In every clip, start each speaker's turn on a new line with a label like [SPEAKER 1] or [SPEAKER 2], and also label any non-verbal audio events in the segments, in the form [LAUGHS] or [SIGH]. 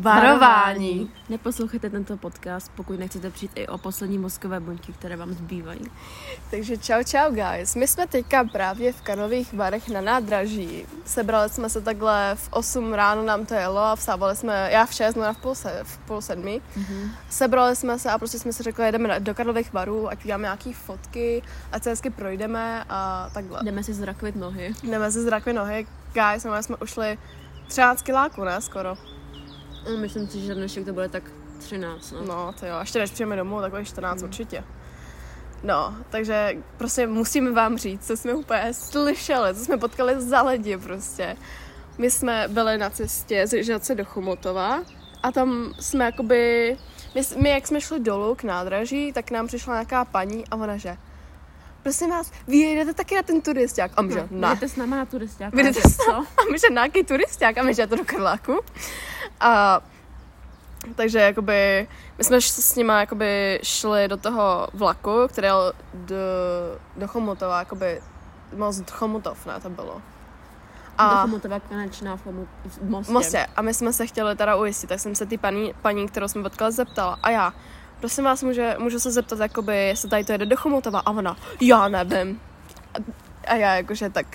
[SPEAKER 1] Varování.
[SPEAKER 2] Neposlouchejte tento podcast, pokud nechcete přijít i o poslední mozkové buňky, které vám zbývají.
[SPEAKER 1] Takže čau, čau, guys. My jsme teďka právě v Karlových barech na nádraží. Sebrali jsme se takhle v 8 ráno nám to jelo a vstávali jsme, já v 6, no v půl, se, v půl sedmi. Mm-hmm. Sebrali jsme se a prostě jsme si řekli, jedeme na- do Karlových barů, ať uděláme nějaký fotky, ať se hezky projdeme a takhle.
[SPEAKER 2] Jdeme si zrakvit nohy.
[SPEAKER 1] Jdeme si zrakvy nohy, guys, no, jsme ušli 13 kiláku, ne, skoro.
[SPEAKER 2] No, Myslím si, že za dnešek to bude tak 13, no.
[SPEAKER 1] No, to jo, a ještě než přijeme domů, takové 14 mm. určitě. No, takže prostě musím vám říct, co jsme úplně slyšeli, co jsme potkali za lidi prostě. My jsme byli na cestě z Žadce do Chomutova a tam jsme jakoby, my, s- my jak jsme šli dolů k nádraží, tak k nám přišla nějaká paní a ona že, prosím vás, vy jedete taky na ten turisták? A my že,
[SPEAKER 2] No,
[SPEAKER 1] ne.
[SPEAKER 2] Jdete s náma na turisták.
[SPEAKER 1] Vy jdete
[SPEAKER 2] ale
[SPEAKER 1] s náma. A my že nějaký turisták a my že "Já to do Karláku. A takže jakoby, my jsme š- s nima jakoby šli do toho vlaku, který jel do, do Chomutova, jakoby most Chomutov, ne, to bylo.
[SPEAKER 2] Do
[SPEAKER 1] A
[SPEAKER 2] Chomutova prostě. konečná v, Chomu- v mostě.
[SPEAKER 1] v Mostě. A my jsme se chtěli teda ujistit, tak jsem se ty paní, paní kterou jsme potkali, zeptala. A já, prosím vás, může, můžu se zeptat, jakoby, jestli tady to jede do Chomutova? A ona, já nevím. A, a já jakože tak,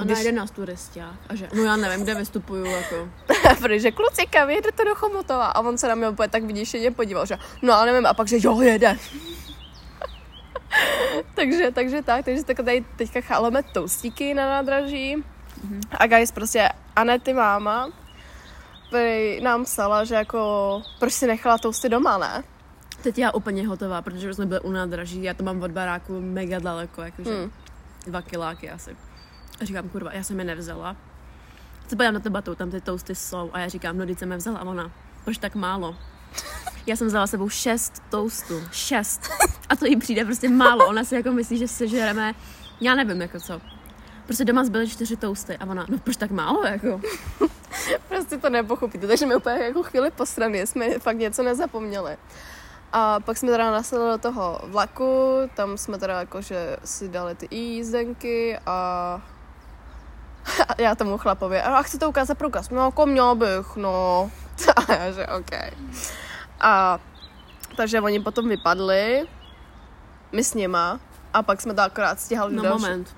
[SPEAKER 2] Ona
[SPEAKER 1] Když-
[SPEAKER 2] jde na turisták a že, no já nevím, kde vystupuju, jako.
[SPEAKER 1] [LAUGHS] protože kluci, kam jedete do Chomutova? A on se na mě úplně tak vyděšeně podíval, že no ale nevím, a pak, že jo, jede. [LAUGHS] takže, takže tak, takže tak tady teďka cháleme toustíky na nádraží. A guys, prostě Anety máma prý nám psala, že jako proč si nechala tousty doma, ne?
[SPEAKER 2] Teď já úplně hotová, protože už jsme byli u nádraží, já to mám od baráku mega daleko, jakože
[SPEAKER 1] Hmm.
[SPEAKER 2] hmm. dva kiláky asi. A říkám, kurva, já jsem je nevzala. Se podívám na tu batu, tam ty toasty jsou a já říkám, no, když jsem je vzala a ona, proč tak málo? Já jsem vzala s sebou šest toastů, šest. A to jí přijde prostě málo, ona si jako myslí, že sežereme, já nevím jako co. Prostě doma zbyly čtyři toasty a ona, no proč tak málo jako?
[SPEAKER 1] Prostě to nepochopíte, takže my úplně jako chvíli postrany, jsme fakt něco nezapomněli. A pak jsme teda nasedli do toho vlaku, tam jsme teda jakože si dali ty jízdenky a... [LAUGHS] a já tomu chlapovi, a chcete ukázat průkaz? No, jako měl bych, no. [LAUGHS] A já že OK. A takže oni potom vypadli, my s nima, a pak jsme to akorát stihali
[SPEAKER 2] No
[SPEAKER 1] další-
[SPEAKER 2] moment.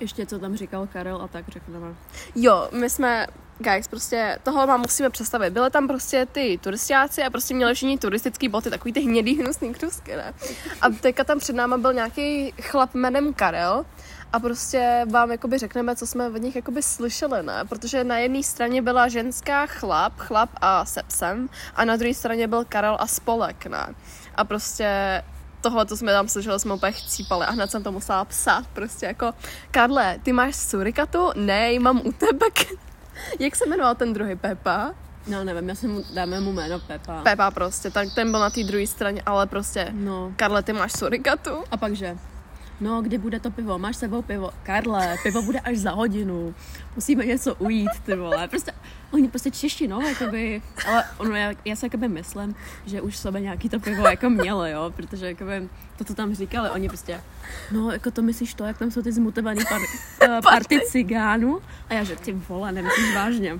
[SPEAKER 2] Ještě co tam říkal Karel a tak řekneme.
[SPEAKER 1] Jo, my jsme, guys, prostě tohle vám musíme představit. Byly tam prostě ty turistiáci a prostě měli všichni turistický boty, takový ty hnědý hnusný krusky, ne? A teďka tam před náma byl nějaký chlap jménem Karel a prostě vám jakoby řekneme, co jsme od nich jakoby slyšeli, ne? Protože na jedné straně byla ženská chlap, chlap a se psem a na druhé straně byl Karel a spolek, ne? A prostě tohle, co jsme tam slyšeli, jsme úplně chcípali a hned jsem to musela psát, prostě jako Karle, ty máš surikatu? Ne, ji mám u tebe. [LAUGHS] Jak se jmenoval ten druhý Pepa?
[SPEAKER 2] No nevím, já si mu, dáme mu jméno Pepa.
[SPEAKER 1] Pepa prostě, tak ten byl na té druhé straně, ale prostě
[SPEAKER 2] No.
[SPEAKER 1] Karle, ty máš surikatu? [LAUGHS]
[SPEAKER 2] A pak že? No, kdy bude to pivo? Máš s sebou pivo? Karle, pivo bude až za hodinu. Musíme něco ujít, ty vole. Prostě, oni prostě češi, no, jakoby. Ale ono, já, já si jakoby myslím, že už v sobě nějaký to pivo jako mělo, jo. Protože jakoby to, co tam říkali, oni prostě, no, jako to myslíš to, jak tam jsou ty zmutovaný par, eh, party cigánů? A já že, ty vole, nemyslíš vážně.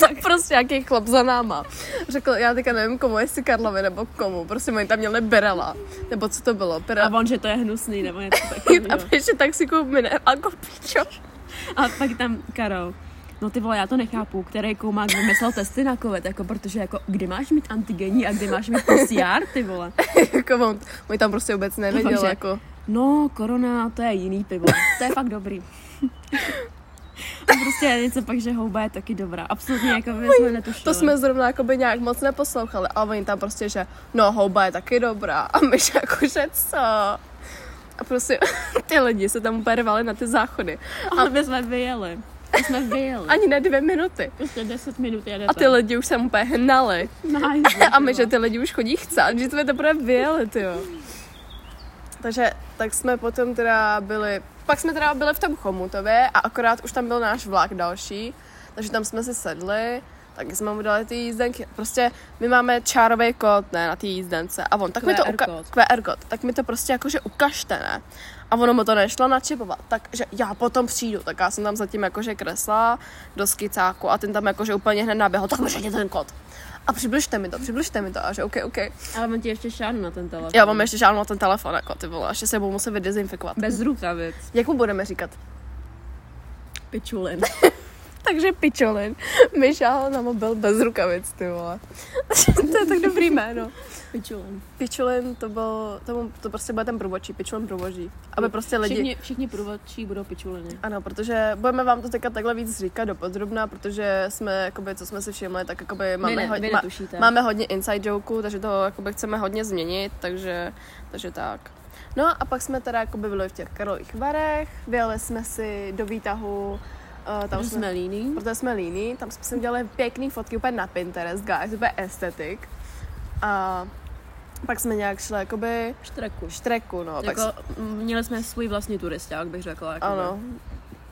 [SPEAKER 1] tak prostě nějaký chlap za náma. Řekl, já teďka nevím komu, jestli Karlovi nebo komu, prostě oni tam měli berela, nebo co to bylo,
[SPEAKER 2] A
[SPEAKER 1] berela.
[SPEAKER 2] on, že to je hnusný, nebo něco takového.
[SPEAKER 1] [LAUGHS] A pak ještě taxiku mine, jako pičo.
[SPEAKER 2] A pak tam Karol. No ty vole, já to nechápu, který koumák vymyslel testy na covid, jako protože jako, kdy máš mít antigenní a kdy máš mít PCR, ty vole.
[SPEAKER 1] [LAUGHS] jako on, on tam prostě vůbec nevěděl,
[SPEAKER 2] Takže-
[SPEAKER 1] jako.
[SPEAKER 2] No, korona, to je jiný pivo, to je fakt dobrý. A prostě něco pak, že houba je taky dobrá, absolutně jako my jsme netušili.
[SPEAKER 1] To jsme zrovna jakoby nějak moc neposlouchali, ale oni tam prostě, že no houba je taky dobrá a my že jako, že co? A prostě [LAUGHS] ty lidi se tam úplně rvali na ty záchody.
[SPEAKER 2] ale my jsme vyjeli, my jsme vyjeli,
[SPEAKER 1] Ani ne dvě minuty.
[SPEAKER 2] prostě 10 minut No, jedete.
[SPEAKER 1] A ty lidi už se úplně hnali. [LAUGHS]
[SPEAKER 2] Nice,
[SPEAKER 1] A my, že ty lidi už chodí chcát, že jsme teprve vyjeli, ty jo. Takže tak jsme potom teda byli, pak jsme teda byli v tom Chomutově a akorát už tam byl náš vlak další, takže tam jsme si sedli, taky jsme mu dali ty jízdenky. Prostě my máme čárový kód, ne, na té jízdence a on, tak mi to
[SPEAKER 2] QR
[SPEAKER 1] uka-
[SPEAKER 2] kód.
[SPEAKER 1] QR kód, tak mi to prostě jakože ukažte, ne. A ono mu to nešlo načipovat, takže já potom přijdu, tak já jsem tam zatím jakože kresla do skicáku a ten tam jakože úplně hned naběhl, tak mi ten kód. A přibližte mi to, přibližte mi to, a že OK, OK.
[SPEAKER 2] Ale mám ti ještě šánu na ten telefon.
[SPEAKER 1] Já mám ještě žádnou na ten telefon, jako ty vole, ještě se budu muset vydezinfikovat.
[SPEAKER 2] Bez rukavic.
[SPEAKER 1] Jak mu budeme říkat?
[SPEAKER 2] Pičulin.
[SPEAKER 1] Takže pičolin mi šáhl na mobil bez rukavic, ty vole. [LAUGHS] to je tak dobrý jméno.
[SPEAKER 2] Pičulin.
[SPEAKER 1] Pičolin to byl, to, byl, to prostě bude ten průbočí, pičolin průboží. Aby prostě lidi...
[SPEAKER 2] Všichni, všichni průvodčí budou pičuliny.
[SPEAKER 1] Ano, protože budeme vám to teďka takhle víc říkat dopodrobná, protože jsme, jakoby, co jsme si všimli, tak jakoby máme,
[SPEAKER 2] ne,
[SPEAKER 1] hodně,
[SPEAKER 2] vy
[SPEAKER 1] ma-
[SPEAKER 2] netušíte.
[SPEAKER 1] máme hodně inside jokeů, takže toho jakoby, chceme hodně změnit, takže, takže tak. No a pak jsme teda jakoby byli v těch Karlových varech, vyjeli jsme si do výtahu, eh, tam
[SPEAKER 2] Tam
[SPEAKER 1] jsme,
[SPEAKER 2] jsme líní.
[SPEAKER 1] protože jsme líní, tam jsme si udělali pěkný fotky úplně na Pinterest, guys, úplně estetik. A pak jsme nějak šli jakoby
[SPEAKER 2] Štreku.
[SPEAKER 1] štreku, no. pak,
[SPEAKER 2] Jako, m, měli jsme svůj vlastní turisták, bych řekla. Jako
[SPEAKER 1] ano,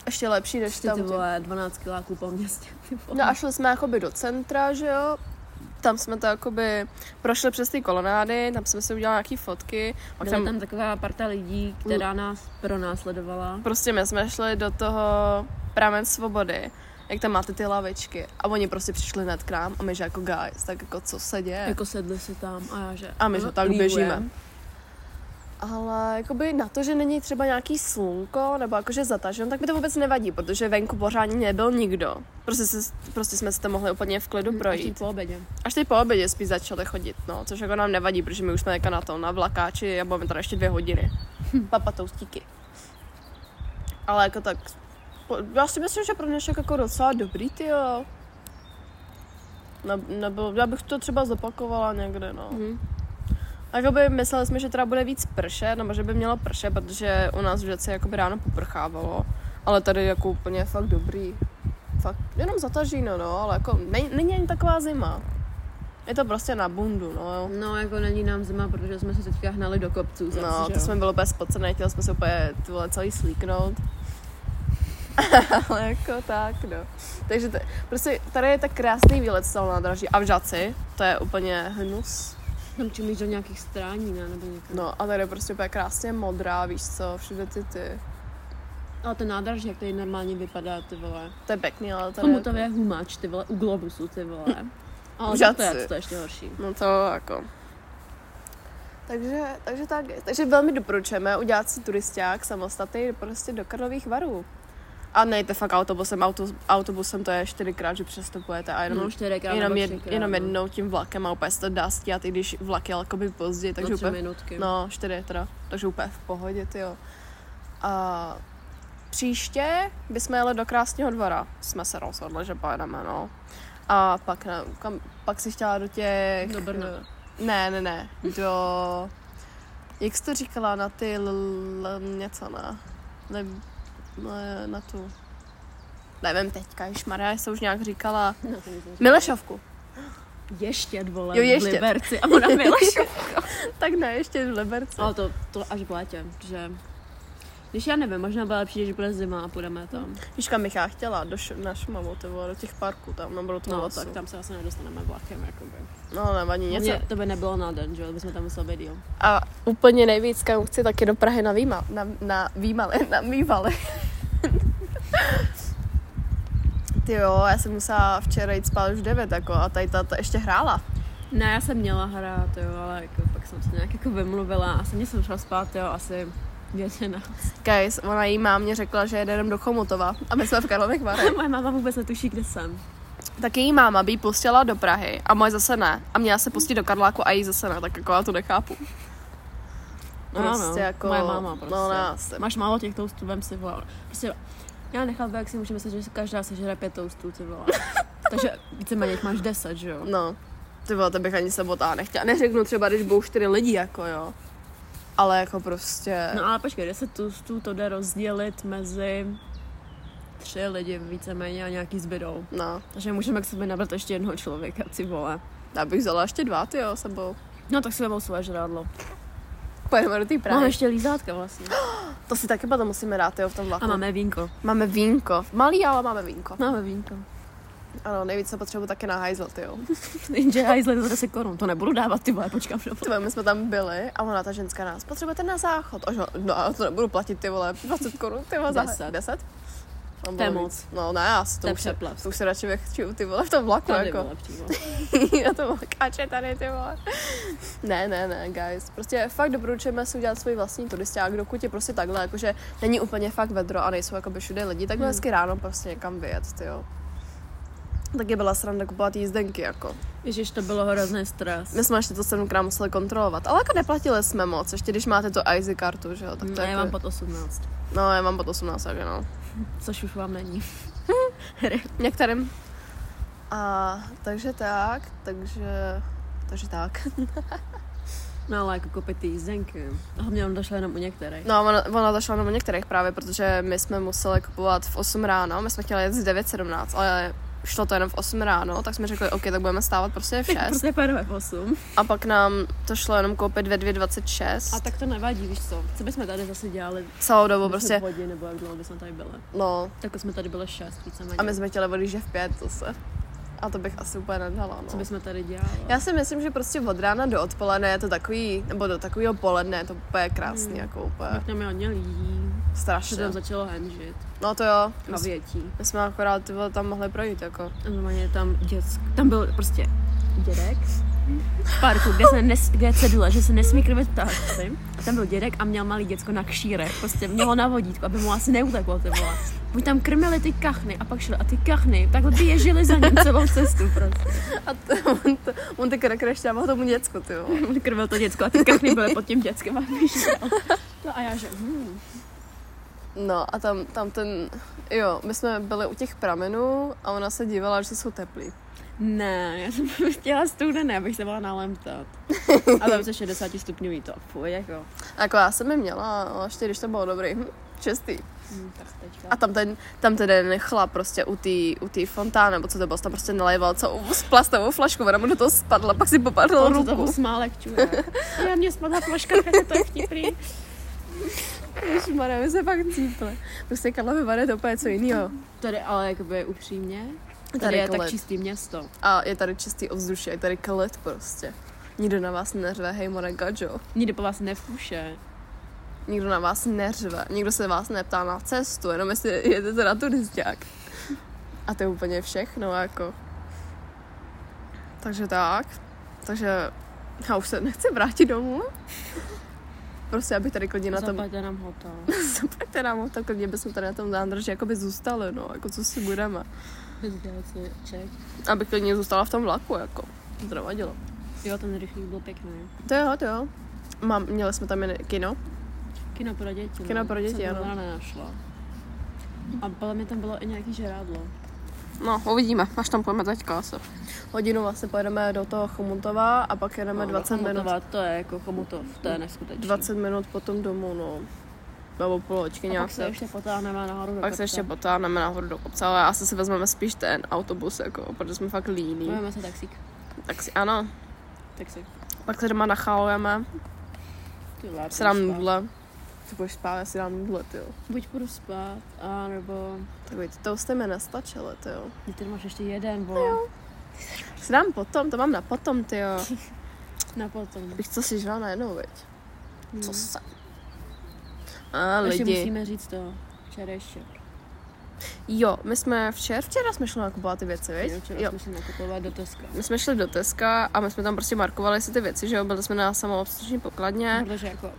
[SPEAKER 1] ještě lepší než
[SPEAKER 2] Ty, ty
[SPEAKER 1] tam.
[SPEAKER 2] vole, 12 kiláků po městě. [LAUGHS] Ty vole.
[SPEAKER 1] No a šli jsme jakoby do centra, že jo, tam jsme to jakoby prošli přes ty kolonády, tam jsme si udělali nějaký fotky, pak
[SPEAKER 2] Byla
[SPEAKER 1] tam,
[SPEAKER 2] tam... taková parta lidí, která nás pronásledovala.
[SPEAKER 1] prostě my jsme šli do toho pramen svobody, jak tam máte ty lavičky a oni prostě přišli hned k nám a my že jako guys, tak jako co se děje?
[SPEAKER 2] Jako sedli si tam a já že...
[SPEAKER 1] A my
[SPEAKER 2] no,
[SPEAKER 1] že tak
[SPEAKER 2] líuje.
[SPEAKER 1] běžíme. Ale jakoby na to, že není třeba nějaký slunko nebo jakože zatažen, tak mi to vůbec nevadí, protože venku pořádně nebyl nikdo. Prostě, se, prostě jsme si to mohli úplně v klidu
[SPEAKER 2] Až jí
[SPEAKER 1] projít.
[SPEAKER 2] po obědě.
[SPEAKER 1] Až teď po obědě spíš začaly chodit, no, což jako nám nevadí, protože my už jsme jako na tom, na vlakáči a budeme tady ještě dvě hodiny. Papatoustíky. Ale jako tak, po- já si myslím, že pro dnešek jako docela dobrý, ty jo. Ne, nebyl, já bych to třeba zopakovala někde, no.
[SPEAKER 2] Mhm.
[SPEAKER 1] A Jakoby mysleli jsme, že teda bude víc pršet, nebo že by mělo pršet, protože u nás v Žece jakoby ráno poprchávalo. Ale tady jako úplně fakt dobrý. Fakt, jenom zatažíno, no, ale jako ne, není ani taková zima. Je to prostě na bundu, no.
[SPEAKER 2] No, jako není nám zima, protože jsme se teďka hnali do kopců. zase,
[SPEAKER 1] No,
[SPEAKER 2] že
[SPEAKER 1] to
[SPEAKER 2] jo?
[SPEAKER 1] jsme bylo úplně spocené, chtěli jsme se úplně ty vole, celý slíknout. [LAUGHS] ale jako tak, no. Takže t- prostě tady je tak krásný výlet z toho nádraží. A v Žaci, to je úplně hnus.
[SPEAKER 2] Tam čumíš do nějakých strání, ne? Nebo někam.
[SPEAKER 1] No a tady je prostě úplně krásně modrá, víš co, všude ty ty.
[SPEAKER 2] Ale ten nádraží, jak tady normálně vypadá, ty vole.
[SPEAKER 1] To je jako- pěkný, ale tady...
[SPEAKER 2] Komu to je humáč, ty vole, u globusu, ty vole.
[SPEAKER 1] [LAUGHS]
[SPEAKER 2] Ale
[SPEAKER 1] Žáci.
[SPEAKER 2] to je, to je ještě horší.
[SPEAKER 1] No to jako... Takže, takže tak, takže velmi doporučujeme udělat si turisták samostatný prostě do Karlových varů. A nejte fakt autobusem, Auto, autobusem to je čtyřikrát, že přestupujete a jenom,
[SPEAKER 2] No, čtyřikrát
[SPEAKER 1] jenom,
[SPEAKER 2] nebo
[SPEAKER 1] jed,
[SPEAKER 2] třikrát,
[SPEAKER 1] jenom
[SPEAKER 2] no.
[SPEAKER 1] jednou tím vlakem a úplně se to dá stíhat, i když vlak je jakoby pozdě, takže
[SPEAKER 2] Takže tři
[SPEAKER 1] úplně,
[SPEAKER 2] minutky.
[SPEAKER 1] no čtyři teda, takže úplně v pohodě, ty jo. A příště bychom jeli do Krásného dvora, jsme se rozhodli, že pojedeme, no. A pak, ne, kam, pak si chtěla do těch...
[SPEAKER 2] Do Brna.
[SPEAKER 1] eh, ne, ne, ne. Do... Jak jsi to říkala? Na ty l, l, něco, ne? Le, le, na tu... Nevím teďka, Maria, jsem už nějak říkala.
[SPEAKER 2] No, to nic
[SPEAKER 1] Milešovku.
[SPEAKER 2] Ještě vole,
[SPEAKER 1] Jo,
[SPEAKER 2] jo,
[SPEAKER 1] ještě.
[SPEAKER 2] ještě. v Liberci a ona
[SPEAKER 1] [LAUGHS]
[SPEAKER 2] Milošu.
[SPEAKER 1] Tak ne, ještě v Liberci.
[SPEAKER 2] Ale to, to až v létě, že... Když já nevím, možná bude lepší, když bude zima a půjdeme tam.
[SPEAKER 1] Víš, kam bych já chtěla? Do š- na Šumavu, ty vole, do těch parků tam, nebo do toho
[SPEAKER 2] No,
[SPEAKER 1] lesu.
[SPEAKER 2] tak tam se asi nedostaneme vlakem, jakoby.
[SPEAKER 1] No, nevadí něco.
[SPEAKER 2] Mě, to by nebylo na den, že jo, bychom tam museli být, jo.
[SPEAKER 1] A úplně nejvíc, kam chci, tak je do Prahy na výma, na, na výmale, [LAUGHS] na mývale. Ty jo, já jsem musela včera jít spát už v 9 jako, a tady ta, ta ještě hrála.
[SPEAKER 2] Ne, já jsem měla hrát, jo, ale jako, pak jsem se nějak jako vymluvila. Asi mě jsem šla spát, jo, asi většina. [LAUGHS]
[SPEAKER 1] Guys, ona jí mámě řekla, že jedeme do Chomutova a my jsme v Karlových Varech.
[SPEAKER 2] Moje máma vůbec netuší, kde jsem.
[SPEAKER 1] Tak její máma by ji pustila do Prahy a moje zase ne. A měla se pustit do Karláku a její zase ne, tak jako já to nechápu.
[SPEAKER 2] No,
[SPEAKER 1] Prostě
[SPEAKER 2] no,
[SPEAKER 1] jako-
[SPEAKER 2] Moje máma prostě.
[SPEAKER 1] no, nás-
[SPEAKER 2] Máš málo těch toastů, vem si, vole. Prostě, já nechápu, jak si můžeme myslet, že každá sežere pět toastů, ty [LAUGHS] vole. Takže víceméně jich máš deset, že jo?
[SPEAKER 1] No, ty vole, to bych ani sabotá nechtěla. Neřeknu třeba, když budou čtyři lidi, jako jo. Ale jako prostě...
[SPEAKER 2] No ale počkej, 10 toastů to jde rozdělit mezi tři lidi víceméně a nějaký zbydou.
[SPEAKER 1] No,
[SPEAKER 2] Takže můžeme k sobě nabrat ještě jednoho člověka, ty vole.
[SPEAKER 1] já bych vzala ještě dva, ty jo, sebou.
[SPEAKER 2] No tak si vemou svoje žrádlo.
[SPEAKER 1] Pojedeme do té Prahy.
[SPEAKER 2] Máme ještě lízátka vlastně.
[SPEAKER 1] To si taky potom musíme dát, jo, v tom vlaku.
[SPEAKER 2] A máme vínko.
[SPEAKER 1] No.
[SPEAKER 2] [LAUGHS]
[SPEAKER 1] máme vínko. Malý, ale máme vínko.
[SPEAKER 2] Máme vínko.
[SPEAKER 1] Ano, nejvíc se potřebuji také na hajzl, jo. [LAUGHS]
[SPEAKER 2] Jenže hajzle za 10 korun, to nebudu dávat, ty vole, počkám do
[SPEAKER 1] Ty vole, my jsme tam byli a ona, ta ženská nás, potřebujete na záchod. Ožo, no a to nebudu platit, ty vole, 20 korun, ty vole, za
[SPEAKER 2] Deset.
[SPEAKER 1] 10?
[SPEAKER 2] To je moc.
[SPEAKER 1] No ne, já si
[SPEAKER 2] To
[SPEAKER 1] to,
[SPEAKER 2] je
[SPEAKER 1] už,
[SPEAKER 2] přeplav.
[SPEAKER 1] to už se radši vechču, ty vole, v tom vlaku,
[SPEAKER 2] Tady,
[SPEAKER 1] jako.
[SPEAKER 2] vole, přímo.
[SPEAKER 1] [LAUGHS] Na tom vlakáče tady, ty vole. Ne, ne, ne, guys. Prostě fakt doporučujeme si udělat svůj vlastní turisták, dokud je prostě takhle, jakože není úplně fakt vedro a nejsou jakoby všude lidi, tak hmm.
[SPEAKER 2] Hmm.
[SPEAKER 1] hezky ráno prostě někam vyjet, ty jo. Taky byla sranda kupovat jízdenky, jako.
[SPEAKER 2] Ježiš, to bylo hrozný stres.
[SPEAKER 1] My jsme ještě to sedmkrát museli kontrolovat, ale jako neplatili jsme moc, ještě když máte tu IZ kartu, že jo, tak to
[SPEAKER 2] Ne,
[SPEAKER 1] jako...
[SPEAKER 2] Mm, já mám pod 18,
[SPEAKER 1] No, já mám pod 18, takže no.
[SPEAKER 2] což už vám není.
[SPEAKER 1] Některým. A takže tak, takže... Takže tak.
[SPEAKER 2] No ale jako koupit ty jízdenky. A hlavně on došel jenom u některých.
[SPEAKER 1] No, ona, ona zašla na některých právě, protože my jsme museli kupovat v 8 ráno, my jsme chtěli jet z 9.17, ale šlo to jenom v 8 ráno, tak jsme řekli, OK, tak budeme stávat prostě v 6.
[SPEAKER 2] Prostě pojďme v 8.
[SPEAKER 1] A pak nám to šlo jenom koupit ve 2.26.
[SPEAKER 2] A tak to nevadí, víš co? Co bychom tady zase dělali?
[SPEAKER 1] Celou dobu
[SPEAKER 2] 10
[SPEAKER 1] prostě,
[SPEAKER 2] hodin, nebo jak dlouho bychom tady byli.
[SPEAKER 1] no.
[SPEAKER 2] Tak jsme tady byli 6 víceméně.
[SPEAKER 1] A my jsme chtěli odjíždět v 5 zase. A to bych asi úplně nedala,
[SPEAKER 2] Co
[SPEAKER 1] no.
[SPEAKER 2] bychom tady dělali?
[SPEAKER 1] Já si myslím, že prostě od rána do odpoledne je to takový, nebo do takového poledne je to úplně krásný,
[SPEAKER 2] Hmm.
[SPEAKER 1] jako úplně
[SPEAKER 2] Jak tam je hodně lidí, se
[SPEAKER 1] strašně.
[SPEAKER 2] tam začalo hemžit.
[SPEAKER 1] No to jo, my
[SPEAKER 2] Na
[SPEAKER 1] jsme-
[SPEAKER 2] větí.
[SPEAKER 1] my jsme akorát ty vole, tam mohli projít, jako.
[SPEAKER 2] A Normálně tam děc, tam byl prostě dědek v parku, kde, se nes, kde je cedule, že se nesmí krvit ptáci. A tam byl dědek a měl malý děcko na kšírech, prostě mělo na vodítku, aby mu asi neuteklo ty vole. Buď tam krmili ty kachny a pak šli a ty kachny takhle by ježili za ním celou cestu prostě.
[SPEAKER 1] A to, on, to, on ty krakraš dával tomu děcku, ty vole.
[SPEAKER 2] On krmil to děcko a ty kachny byly pod tím děckem a vyšel. No a já že, hmm,
[SPEAKER 1] No a tam, tam ten, jo, my jsme byli u těch pramenů a ona se dívala, že jsou teplý.
[SPEAKER 2] ne, já jsem [LAUGHS] chtěla studené, abych se byla nalemtat. A tam se 60 stupňový to, fuj, jako.
[SPEAKER 1] A Jako já jsem je měla, ale ještě když to bylo dobrý, [LAUGHS] hm, čestý.
[SPEAKER 2] Hm, tak teďka.
[SPEAKER 1] A tam ten, tam ten jeden chlap prostě u té u tý fontány, nebo co to bylo, tam prostě naléval celou s plastovou flašku, ona mu do toho spadla, pak si popadl
[SPEAKER 2] On se toho
[SPEAKER 1] ruku.
[SPEAKER 2] smálek
[SPEAKER 1] [LAUGHS]
[SPEAKER 2] čuje. Já mě spadla flaška, tak to je vtipný.
[SPEAKER 1] Ježišmarja, my se fakt cípli. Prostě Karlovy Vary to úplně co jiného.
[SPEAKER 2] Tady ale jakoby upřímně, tady,
[SPEAKER 1] Tady
[SPEAKER 2] tady je
[SPEAKER 1] klid.
[SPEAKER 2] tak čistý město.
[SPEAKER 1] A je tady čistý ovzduší, je tady klid prostě. Nikdo na vás neřve, hej Monaga, jo.
[SPEAKER 2] Nikdo po vás nefuše.
[SPEAKER 1] Nikdo na vás neřve, nikdo se vás neptá na cestu, jenom jestli jedete na turisták. A to je úplně všechno, jako. Takže tak. Takže já už se nechci vrátit domů. Prostě, aby tady klidně na tom... [LAUGHS]
[SPEAKER 2] Zaplaťte nám [LAUGHS] hotel.
[SPEAKER 1] Zaplaťte nám to, klidně bychom tady na tom zándrži jakoby zůstali, no, jako co si budeme.
[SPEAKER 2] Udělat si ček.
[SPEAKER 1] Aby klidně zůstala v tom vlaku, jako. To to nevadilo.
[SPEAKER 2] Jo, ten rychlík byl pěkný.
[SPEAKER 1] To jo, to jo. Mám, měli jsme tam jen kino.
[SPEAKER 2] Kino pro děti.
[SPEAKER 1] Kino
[SPEAKER 2] no.
[SPEAKER 1] pro děti,
[SPEAKER 2] jsem
[SPEAKER 1] ano.
[SPEAKER 2] to nenašla. A podle mě tam bylo i nějaký žerádlo.
[SPEAKER 1] No, uvidíme, až tam pojďme teďka asi. Hodinu vlastně pojedeme do toho Chomutova a pak jedeme
[SPEAKER 2] No,
[SPEAKER 1] 20 minut,
[SPEAKER 2] Chomutova, To je jako chomutov, to je neskutečné.
[SPEAKER 1] 20 minut potom domů, no. Nebo po loďky
[SPEAKER 2] a
[SPEAKER 1] nějak
[SPEAKER 2] pak se ještě potáhneme nahoru do
[SPEAKER 1] pak se
[SPEAKER 2] kopce.
[SPEAKER 1] ještě potáhneme nahoru do kopce, ale asi si vezmeme spíš ten autobus, jako, protože jsme fakt líní.
[SPEAKER 2] Vezmeme se taxík.
[SPEAKER 1] Tak si, ano,
[SPEAKER 2] Taxík.
[SPEAKER 1] pak se doma nachálujeme,
[SPEAKER 2] Ty vole, já
[SPEAKER 1] si dám
[SPEAKER 2] půjdu spát.
[SPEAKER 1] nudle. Ty budeš spát, já si dám nudle, ty jo.
[SPEAKER 2] Buď půjdu spát, a nebo...
[SPEAKER 1] Takový ty toasty mi nestačily, ty jo.
[SPEAKER 2] Ty tady máš ještě jeden, vole.
[SPEAKER 1] Si dám potom, to mám na potom, ty jo. [LAUGHS]
[SPEAKER 2] Na potom.
[SPEAKER 1] Bych co si žila najednou, viď?
[SPEAKER 2] Hmm.
[SPEAKER 1] Co se? A
[SPEAKER 2] Ještě
[SPEAKER 1] lidi.
[SPEAKER 2] musíme říct to. Včerejšek.
[SPEAKER 1] Jo, my jsme včera, včera jsme šli nakupovat ty věci,
[SPEAKER 2] Jo,
[SPEAKER 1] viď?
[SPEAKER 2] Včera
[SPEAKER 1] Jo.
[SPEAKER 2] jsme si nakupovali do Teska.
[SPEAKER 1] My jsme šli do Teska a my jsme tam prostě markovali si ty věci, že jo, byli jsme na samoobslužní pokladně.
[SPEAKER 2] Protože jako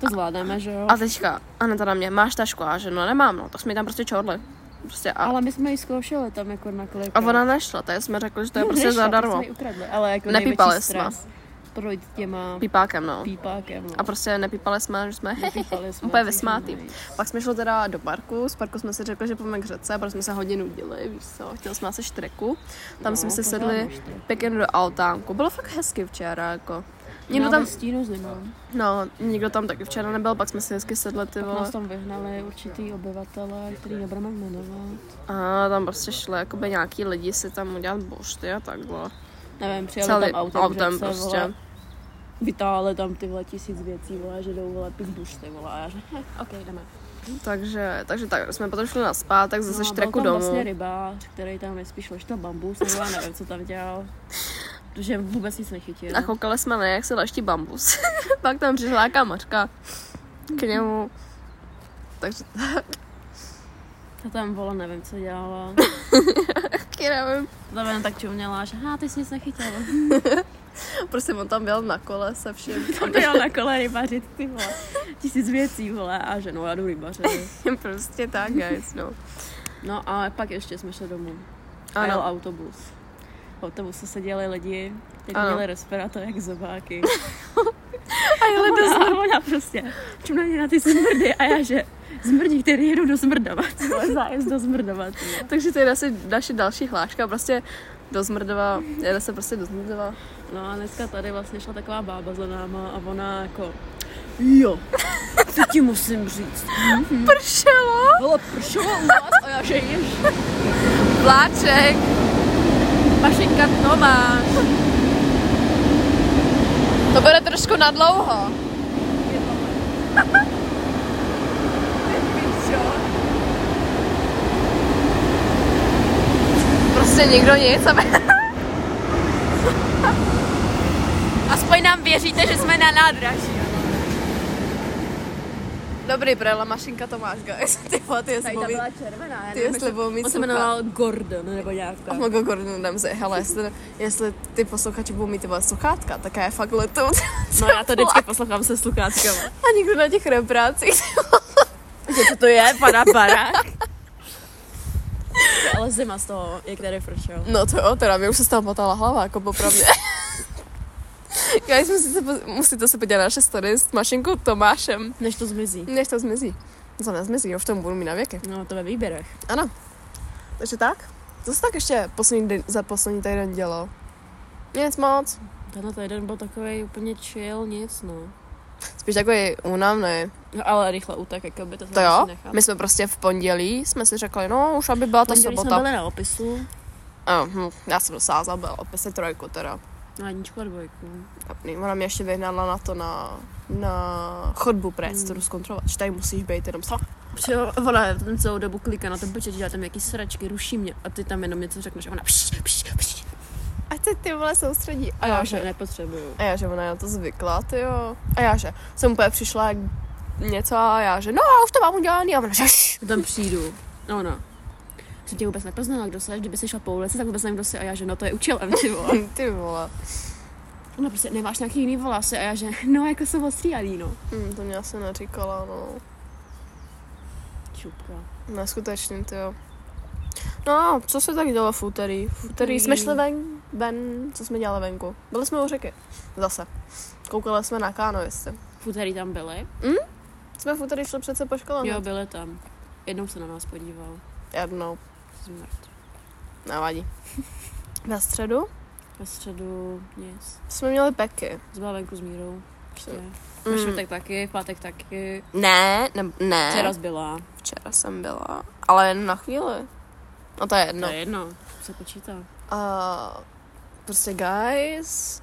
[SPEAKER 2] to zvládáme, že jo?
[SPEAKER 1] A teďka, Aneta na mě, máš tašku? A že no nemám, no, tak jsme ji tam prostě čorli. Prostě a,
[SPEAKER 2] Ale my jsme ji zkoušeli tam jako na kolik.
[SPEAKER 1] a ona nešla, tak jsme řekli, že to je prostě
[SPEAKER 2] Nešla, tak
[SPEAKER 1] zadarmo.
[SPEAKER 2] Jsme ji ukradli, ale jako
[SPEAKER 1] Nepípali
[SPEAKER 2] největší stres. Projít těma
[SPEAKER 1] Pípákem, no.
[SPEAKER 2] pípákem. No.
[SPEAKER 1] A prostě nepípali jsme, že
[SPEAKER 2] Hm.
[SPEAKER 1] jsme
[SPEAKER 2] Nepípali jsme,
[SPEAKER 1] úplně
[SPEAKER 2] což
[SPEAKER 1] vysmátý.
[SPEAKER 2] je nice.
[SPEAKER 1] Pak jsme šli teda do parku, z parku jsme si řekli, že půjdeme k řece, protože jsme se hodně nudili, víš co, chtěli jsme asi štreku. Tam
[SPEAKER 2] No,
[SPEAKER 1] jsme si
[SPEAKER 2] pořád
[SPEAKER 1] sedli
[SPEAKER 2] máš to.
[SPEAKER 1] pěkně do altánku, bylo fakt hezky včera, jako. Někdo
[SPEAKER 2] No,
[SPEAKER 1] tam,
[SPEAKER 2] ve stínu nemám.
[SPEAKER 1] no, nikdo tam taky včera nebyl, pak jsme si hezky sedli, ty
[SPEAKER 2] Pak nás
[SPEAKER 1] vole.
[SPEAKER 2] tam vyhnali určitý obyvatele, který nebudeme jmenovat.
[SPEAKER 1] A tam prostě šli jakoby nějaký lidi si tam udělat bošty a takhle.
[SPEAKER 2] Nevím, přijeli
[SPEAKER 1] Celý
[SPEAKER 2] tam autem,
[SPEAKER 1] autem
[SPEAKER 2] že se,
[SPEAKER 1] prostě.
[SPEAKER 2] Vole, "Hm, vytáhli tam tyhle tisíc věcí, vole, že jdou vole pít buš, ty vole, a já že, "Heh, ok, jdeme.
[SPEAKER 1] Takže, takže tak, jsme potom šli na spát, tak
[SPEAKER 2] No,
[SPEAKER 1] zase no,
[SPEAKER 2] byl
[SPEAKER 1] štreku
[SPEAKER 2] tam
[SPEAKER 1] domů.
[SPEAKER 2] vlastně rybář, který tam nejspíš leštil bambus, nebo já nevím, co tam dělal. Protože vůbec nic nechytil.
[SPEAKER 1] A koukali jsme na, jak se leští bambus. [LAUGHS] Pak tam přišla nějaká mačka k němu. Takže
[SPEAKER 2] Ta tam vola, nevím, co dělala.
[SPEAKER 1] taky nevím.
[SPEAKER 2] Ta tam jen tak čuměla, že ha, ty jsi nic
[SPEAKER 1] [LAUGHS]
[SPEAKER 2] nechytila.
[SPEAKER 1] Prostě on tam byl na kole se vším. [LAUGHS]
[SPEAKER 2] Tam byl na kole rybařit, ty vole. Tisíc věcí, vole, a že no, já jdu rybařit.
[SPEAKER 1] prostě tak, guys, no.
[SPEAKER 2] No a pak ještě jsme šli domů. A no. jel
[SPEAKER 1] Ano.
[SPEAKER 2] autobus. V autobusu seděli lidi, kteří
[SPEAKER 1] Ano.
[SPEAKER 2] měli respirátor jak zobáky.
[SPEAKER 1] A jeli do
[SPEAKER 2] Ona, [LAUGHS] a ona prostě, čím na mě na ty smrdy a já že zmrdí, který jedu do Zmrdova, [LAUGHS] vole, zájezd do Zmrdova. ty vole.
[SPEAKER 1] Takže to je asi naše další hláška, prostě do Zmrdova, jede se prostě do Zmrdova.
[SPEAKER 2] No a dneska tady vlastně šla taková bába za náma a ona jako, jo, to ti musím říct.
[SPEAKER 1] Pršelo!
[SPEAKER 2] Bylo pršelo u vás a já že jež.
[SPEAKER 1] Vláček!
[SPEAKER 2] Mašinka nová.
[SPEAKER 1] To bude trošku nadlouho. Prostě nikdo nic, aby...
[SPEAKER 2] Aspoň nám věříte, že jsme na nádraží.
[SPEAKER 1] Dobrý brela, mašinka Tomáš, guys. [LAUGHS] Ty vole, ty jestli budu
[SPEAKER 2] červená, já
[SPEAKER 1] Ty jestli budu mít
[SPEAKER 2] On se
[SPEAKER 1] slucha-
[SPEAKER 2] jmenoval Gordon nebo nějaká.
[SPEAKER 1] Mogo Gordon Ramsay, hele, jestli, jestli ty posluchači budou mít ty vole sluchátka, tak já je fakt letu.
[SPEAKER 2] No já to vždycky poslouchám se sluchátkama.
[SPEAKER 1] A nikdo na těch reprácích.
[SPEAKER 2] Že co to je, pana barák? Ale zima z toho, jak tady frčel.
[SPEAKER 1] No to jo, teda mě už se z toho motala hlava, jako popravdě. [LAUGHS] Guys, musíte, po- musíte se podívat na naše story s Mašinkou Tomášem.
[SPEAKER 2] Než to zmizí.
[SPEAKER 1] Než to zmizí. No To nezmizí, jo, v tom budu mít na věky.
[SPEAKER 2] No, to ve výběrech.
[SPEAKER 1] Ano. Takže tak? Co se tak ještě poslední den, za poslední týden dělo? Nic moc.
[SPEAKER 2] Tenhle týden byl takový úplně chill, nic, no.
[SPEAKER 1] Spíš jako takový únavný.
[SPEAKER 2] No, ale rychle utek, jako by to
[SPEAKER 1] To jo? My jsme prostě v pondělí, jsme si řekli, no už aby byla ta
[SPEAKER 2] Pondělí
[SPEAKER 1] sobota.
[SPEAKER 2] jsme byli na opisu,
[SPEAKER 1] A, hm, já jsem docela zabila, opět si trojku teda.
[SPEAKER 2] na jedničku a dvojku.
[SPEAKER 1] Kapný. Ona mě ještě vyhnala na to na, na chodbu preč,
[SPEAKER 2] Hmm.
[SPEAKER 1] to jdu zkontrolovat, že tady musíš být jenom co?
[SPEAKER 2] Protože ona ten celou dobu klika na ten počet, dělá tam jaký sračky, ruší mě a ty tam jenom něco řekneš a ona pš, pš, pš.
[SPEAKER 1] Ať se ty vole soustředí. A
[SPEAKER 2] A
[SPEAKER 1] já,
[SPEAKER 2] já že
[SPEAKER 1] že,
[SPEAKER 2] nepotřebuju.
[SPEAKER 1] No. a já, že ona je na to zvyklá, ty jo. A já, že jsem úplně přišla jak něco a já, že no, já už to mám udělaný. A ona, že šš.
[SPEAKER 2] Já Tam přijdu. No, no. Že tě vůbec nepoznala, kdo jsi, kdyby jsi šla po ulici, tak vůbec nevím, kdo jsi. A já, že no, to je učil, ty vole.
[SPEAKER 1] Hmm, Ty vole.
[SPEAKER 2] Ona prostě nemáš nějaký jiný volasy a já, že [LAUGHS] no, jako jsou ostříhaný, no.
[SPEAKER 1] Hm, to mě asi neříkala, no.
[SPEAKER 2] Čupka.
[SPEAKER 1] Neskutečný, ty jo. No, a co se tak dělo v úterý? V úterý jsme šli ven, ven, co jsme dělali venku? Byli jsme u řeky. Zase. Koukali jsme na kánoisty.
[SPEAKER 2] V úterý tam byly?
[SPEAKER 1] Jsme v úterý šli přece po škole.
[SPEAKER 2] Jo,
[SPEAKER 1] Jo.
[SPEAKER 2] byly tam. Jednou se na nás podíval.
[SPEAKER 1] Jednou.
[SPEAKER 2] Zmrt.
[SPEAKER 1] [LAUGHS] Nevadí. Ve středu
[SPEAKER 2] Ve středu nic.
[SPEAKER 1] jsme měli peky.
[SPEAKER 2] Zbyla venku s Mírou. Prostě.
[SPEAKER 1] Mm.
[SPEAKER 2] Ve čtvrtek taky, v pátek taky.
[SPEAKER 1] Ne, ne, ne.
[SPEAKER 2] Včera byla.
[SPEAKER 1] Včera jsem byla, ale jen na chvíli. No to je
[SPEAKER 2] No.
[SPEAKER 1] jedno.
[SPEAKER 2] To je jedno, se počítá.
[SPEAKER 1] A prostě guys,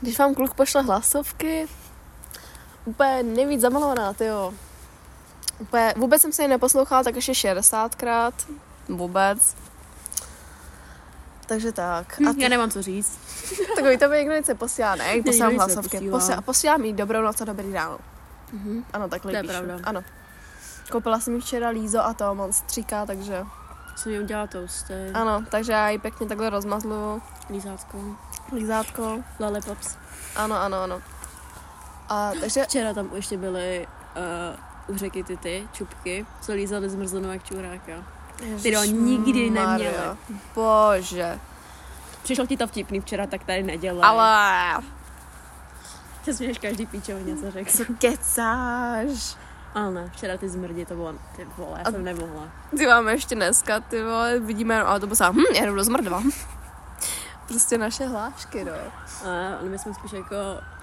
[SPEAKER 1] když vám kluk pošle hlasovky, úplně nejvíc zamalovaná, tyjo. Úplně, vůbec jsem se ji neposlouchala, tak ještě 60krát. Vůbec. Takže tak. A [LAUGHS]
[SPEAKER 2] Hm, já nemám co říct.
[SPEAKER 1] takový to mi někdo něco posílá, ne? Posílám
[SPEAKER 2] nic
[SPEAKER 1] hlasovky.
[SPEAKER 2] neposílá.
[SPEAKER 1] Posílá, posílám jí dobrou noc a dobrý ráno.
[SPEAKER 2] Mhm.
[SPEAKER 1] Ano, takhle
[SPEAKER 2] To
[SPEAKER 1] jí
[SPEAKER 2] je
[SPEAKER 1] píšu.
[SPEAKER 2] pravda.
[SPEAKER 1] Ano. Koupila jsem jí včera Lízo a to moc stříká, takže
[SPEAKER 2] Jsem jí udělala toasty,
[SPEAKER 1] ano, takže já ji pěkně takhle rozmazluju
[SPEAKER 2] lízátko,
[SPEAKER 1] lízátko.
[SPEAKER 2] lale pops.
[SPEAKER 1] Ano, ano, ano. A takže,
[SPEAKER 2] Včera tam ještě byly uh, u řeky ty ty čupky, co lízaly zmrzenou jak čuráka. Ty to nikdy
[SPEAKER 1] Ježišmarja.
[SPEAKER 2] neměla.
[SPEAKER 1] Bože.
[SPEAKER 2] Přišlo ti to vtipný včera, tak tady nedělej.
[SPEAKER 1] Ale
[SPEAKER 2] Se směješ každý píčovině, co řekl.
[SPEAKER 1] co kecáš?
[SPEAKER 2] Ale ne, včera ty zmrdi to bylo, ty vole, já jsem nemohla.
[SPEAKER 1] Ty máme ještě dneska, ty vole, vidíme jenom autobus a hm, jedu do zmrdva. Prostě naše hlášky, no.
[SPEAKER 2] A my jsme spíš jako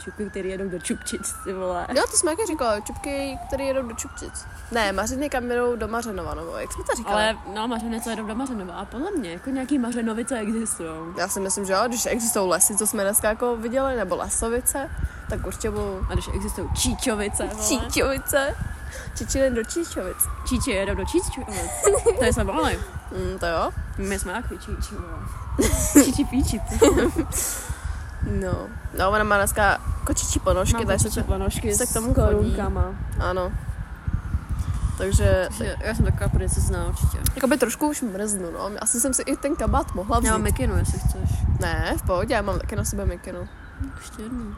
[SPEAKER 2] čupky, který jedou do čupčic, ty vole.
[SPEAKER 1] Jo, to jsme jak říkala, čupky, které jedou do Čupčic. Ne, mařiny kam jedou do Mařenova, nebo jak jsme to říkali?
[SPEAKER 2] Ale no, mařenice jedou do Mařenova a podle mě jako nějaký mařenovice existují.
[SPEAKER 1] Já si myslím, že jo, když existují lesy, co jsme dneska jako viděli, nebo lesovice, tak určitě budou
[SPEAKER 2] A když existují číčovice, vole.
[SPEAKER 1] Číčovice. Čičilin do Číčovic.
[SPEAKER 2] Číči jedou do Číči,
[SPEAKER 1] [LAUGHS]
[SPEAKER 2] to je samozřejmě.
[SPEAKER 1] Mm, to jo.
[SPEAKER 2] My jsme takový Číči, vole.
[SPEAKER 1] [LAUGHS]
[SPEAKER 2] Číči píči, ty.
[SPEAKER 1] No. No, ona má dneska kočičí ponožky, takže se,
[SPEAKER 2] ponožky
[SPEAKER 1] se k tomu
[SPEAKER 2] korunkama.
[SPEAKER 1] ano. Takže
[SPEAKER 2] Já jsem taková princezna určitě.
[SPEAKER 1] jakoby trošku už mrznu, no. Asi jsem si i ten kabát mohla vzít.
[SPEAKER 2] Já mám mikinu, jestli chceš.
[SPEAKER 1] Ne, v pohodě, já mám taky na sebe mikinu.
[SPEAKER 2] Ještě jednu.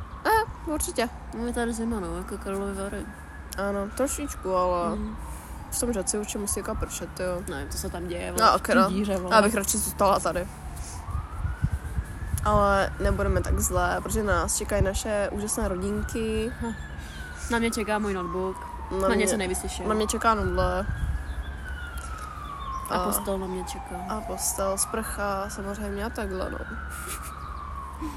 [SPEAKER 1] Určitě.
[SPEAKER 2] No je tady zima, no, jako Karlovy Vary.
[SPEAKER 1] Ano, trošičku, ale
[SPEAKER 2] Mm.
[SPEAKER 1] v tom řeci určitě musí jako pršet, jo.
[SPEAKER 2] Nevím, co se tam děje,
[SPEAKER 1] No,
[SPEAKER 2] vole, v
[SPEAKER 1] ok,
[SPEAKER 2] té
[SPEAKER 1] no.
[SPEAKER 2] díře,
[SPEAKER 1] Já
[SPEAKER 2] vole.
[SPEAKER 1] bych radši zůstala tady. Ale nebudeme tak zlé, protože nás čekají naše úžasné rodinky.
[SPEAKER 2] Na mě čeká můj notebook,
[SPEAKER 1] Na,
[SPEAKER 2] na mě se nejvíc těším.
[SPEAKER 1] na mě čeká nudle.
[SPEAKER 2] A postel na mě čeká.
[SPEAKER 1] a postel, sprcha, samozřejmě a takhle, no. [LAUGHS]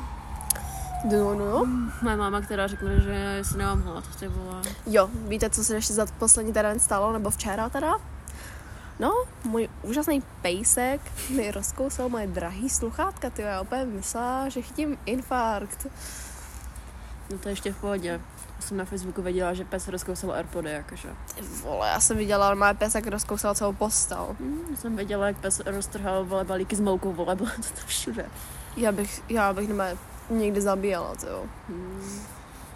[SPEAKER 1] No, no, jo.
[SPEAKER 2] Moje máma, která řekne, že si nemám hlad, ty vole.
[SPEAKER 1] Jo, víte, co se ještě za poslední den stalo, nebo včera teda? No, můj úžasný pejsek mi rozkousal moje drahý sluchátka, ty já úplně myslela, že chytím infarkt.
[SPEAKER 2] No to je ještě v pohodě. Já jsem na Facebooku viděla, že pes rozkousal Airpody, jakože.
[SPEAKER 1] Ty vole, já jsem viděla, ale pes jak rozkousal celou postel.
[SPEAKER 2] Hm, jsem viděla, jak pes roztrhal vole balíky s moukou, vole, bylo to tam všude.
[SPEAKER 1] Já bych, já bych nemá, někdy zabíjela, to jo.
[SPEAKER 2] Hm.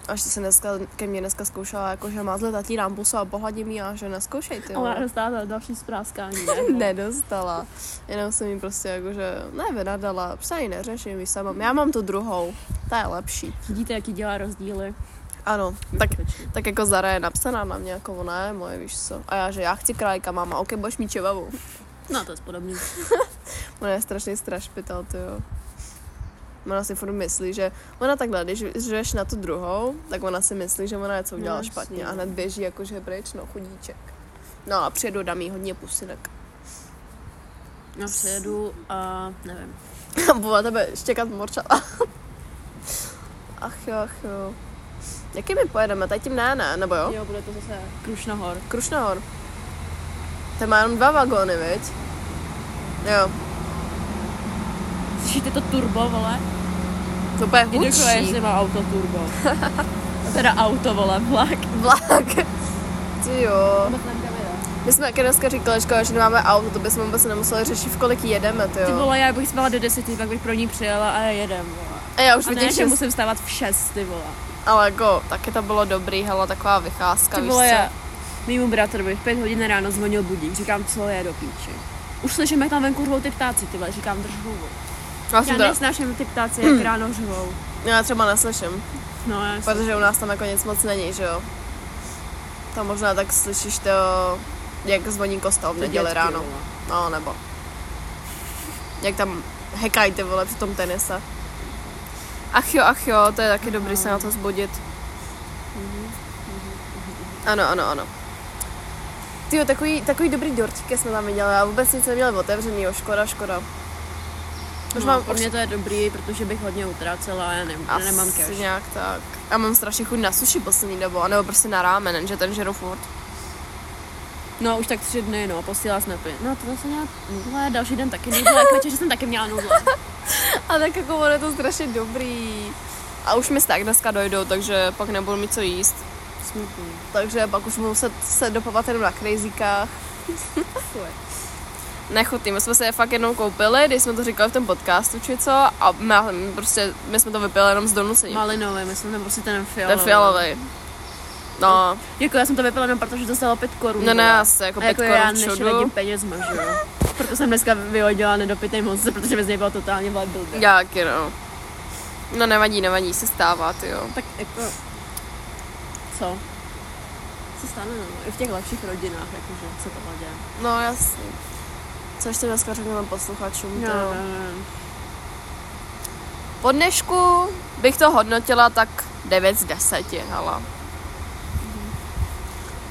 [SPEAKER 1] Až se dneska, ke mně dneska zkoušela, jako, že má zle tatí nám pusu a pohladím ji a že neskoušej, ty
[SPEAKER 2] Ale
[SPEAKER 1] vole.
[SPEAKER 2] dostala další spráskání, ne?
[SPEAKER 1] [LAUGHS] Nedostala. Jenom jsem jí prostě jakože, ne, vynadala, prostě ji neřeším, víš sama. Já mám tu druhou, ta je lepší.
[SPEAKER 2] Vidíte, jaký dělá rozdíly?
[SPEAKER 1] Ano, tak,
[SPEAKER 2] Neskutečný.
[SPEAKER 1] tak jako Zara je napsaná na mě, jako ona je moje, víš co. A já, že já chci králíka, máma, ok, budeš mít čevavu.
[SPEAKER 2] No, to je podobný.
[SPEAKER 1] Ona je strašný strašpital, to jo. Ona si furt myslí, že ona takhle, když žiješ na tu druhou, tak ona si myslí, že ona je co udělala
[SPEAKER 2] No,
[SPEAKER 1] no,
[SPEAKER 2] jasně,
[SPEAKER 1] špatně a
[SPEAKER 2] no.
[SPEAKER 1] hned běží jakože pryč, no chudíček. No a přijedu, dám jí hodně pusinek. [LAUGHS]
[SPEAKER 2] No, přijedu a nevím.
[SPEAKER 1] A budu na tebe štěkat morčala. [LAUGHS] ach jo, ach jo. Jaký my pojedeme? Tady tím ne, ne, nebo jo?
[SPEAKER 2] Jo, bude to zase Krušnohor.
[SPEAKER 1] Krušnohor. Ten má jenom dva vagóny, viď? Jo,
[SPEAKER 2] Slyšíte to turbo, vole?
[SPEAKER 1] to bude
[SPEAKER 2] I dokonce,
[SPEAKER 1] hudší.
[SPEAKER 2] jestli má auto turbo. [LAUGHS] teda auto, vole, vlak.
[SPEAKER 1] Vlak. [LAUGHS] Ty jo.
[SPEAKER 2] Vůbec nevím, kam jede.
[SPEAKER 1] My jsme taky dneska říkali, škoda, že nemáme auto, to bychom vůbec nemuseli řešit, v kolik jedeme, to
[SPEAKER 2] Ty
[SPEAKER 1] jo.
[SPEAKER 2] vole, já bych spala do deseti, pak bych pro ní přijela a já jedem, vole.
[SPEAKER 1] A já už
[SPEAKER 2] A ne,
[SPEAKER 1] vidím
[SPEAKER 2] že
[SPEAKER 1] šest, musím...
[SPEAKER 2] musím stávat v šest, ty vole.
[SPEAKER 1] ale jako, taky to bylo dobrý, hele, taková vycházka,
[SPEAKER 2] Ty
[SPEAKER 1] víš
[SPEAKER 2] vole,
[SPEAKER 1] co?
[SPEAKER 2] já mýmu bratrovi v pět hodin ráno zvonil budík, říkám, co je do píči. Už slyším, jak tam venku řvou ty ptáci, ty vole, říkám, drž hubu.
[SPEAKER 1] Já, jsem
[SPEAKER 2] Já
[SPEAKER 1] to,
[SPEAKER 2] nesnáším ty ptáci, jak ráno řvou.
[SPEAKER 1] já třeba neslyším,
[SPEAKER 2] No, já jsem...
[SPEAKER 1] protože u nás tam jako nic moc není, že jo. Tam možná tak slyšíš to, jak zvoní kostel v neděli
[SPEAKER 2] dětky,
[SPEAKER 1] ráno.
[SPEAKER 2] vole.
[SPEAKER 1] No, nebo. Jak tam hekají ty vole při tom tenise. Ach jo, ach jo, to je taky dobrý se na to zbudit. Ano, ano, ano. Ty takový, takový dobrý dortíky jsme tam viděli a vůbec nic neměli otevřený, jo, škoda, škoda. Už
[SPEAKER 2] No,
[SPEAKER 1] mám
[SPEAKER 2] pro mě to je dobrý, protože bych hodně utrácela a já, ne, já nemám
[SPEAKER 1] asi
[SPEAKER 2] cash.
[SPEAKER 1] nějak tak. Já mám strašně chuť na sushi poslední dobou, anebo prostě na rámen, že ten žeru furt.
[SPEAKER 2] No, už tak tři dny, no, posílala jsme pin. No, to zase nějak nudle, další den taky
[SPEAKER 1] [LAUGHS]
[SPEAKER 2] nudle, jak večer, že jsem taky měla nudle.
[SPEAKER 1] A tak jako ono je to strašně dobrý. A už mi tak dneska dojdou, takže pak nebudu mít co jíst.
[SPEAKER 2] Smutný.
[SPEAKER 1] takže pak už budu muset se dopovat jenom na crazykách.
[SPEAKER 2] Fuj.
[SPEAKER 1] Nechutný, my jsme se je fakt jednou koupili, když jsme to říkali v tom podcastu či co, a má, prostě, my jsme to vypili jenom z donucení.
[SPEAKER 2] Malinový, myslím, nebo si ten
[SPEAKER 1] Ten
[SPEAKER 2] fialový.
[SPEAKER 1] fialový. No,
[SPEAKER 2] Jako já jsem to vypila jenom protože to stalo 5 korun.
[SPEAKER 1] no ne,
[SPEAKER 2] vole.
[SPEAKER 1] já se jako
[SPEAKER 2] A jako
[SPEAKER 1] pět
[SPEAKER 2] já
[SPEAKER 1] korun
[SPEAKER 2] nešradím
[SPEAKER 1] všudu.
[SPEAKER 2] penězma, že jo. Proto jsem dneska vyhodila nedopitej moc, protože bez něj bylo totálně vole blbě.
[SPEAKER 1] Jak, no. No nevadí, nevadí, se stává, ty jo.
[SPEAKER 2] Tak jako... Co? Co stane, no? I v těch lepších rodinách, jakože se tohle děje.
[SPEAKER 1] No jasně. Co ještě dneska řekneme posluchačům, to
[SPEAKER 2] No,
[SPEAKER 1] jo.
[SPEAKER 2] no, no.
[SPEAKER 1] Po dnešku bych to hodnotila tak 9 z 10, hele.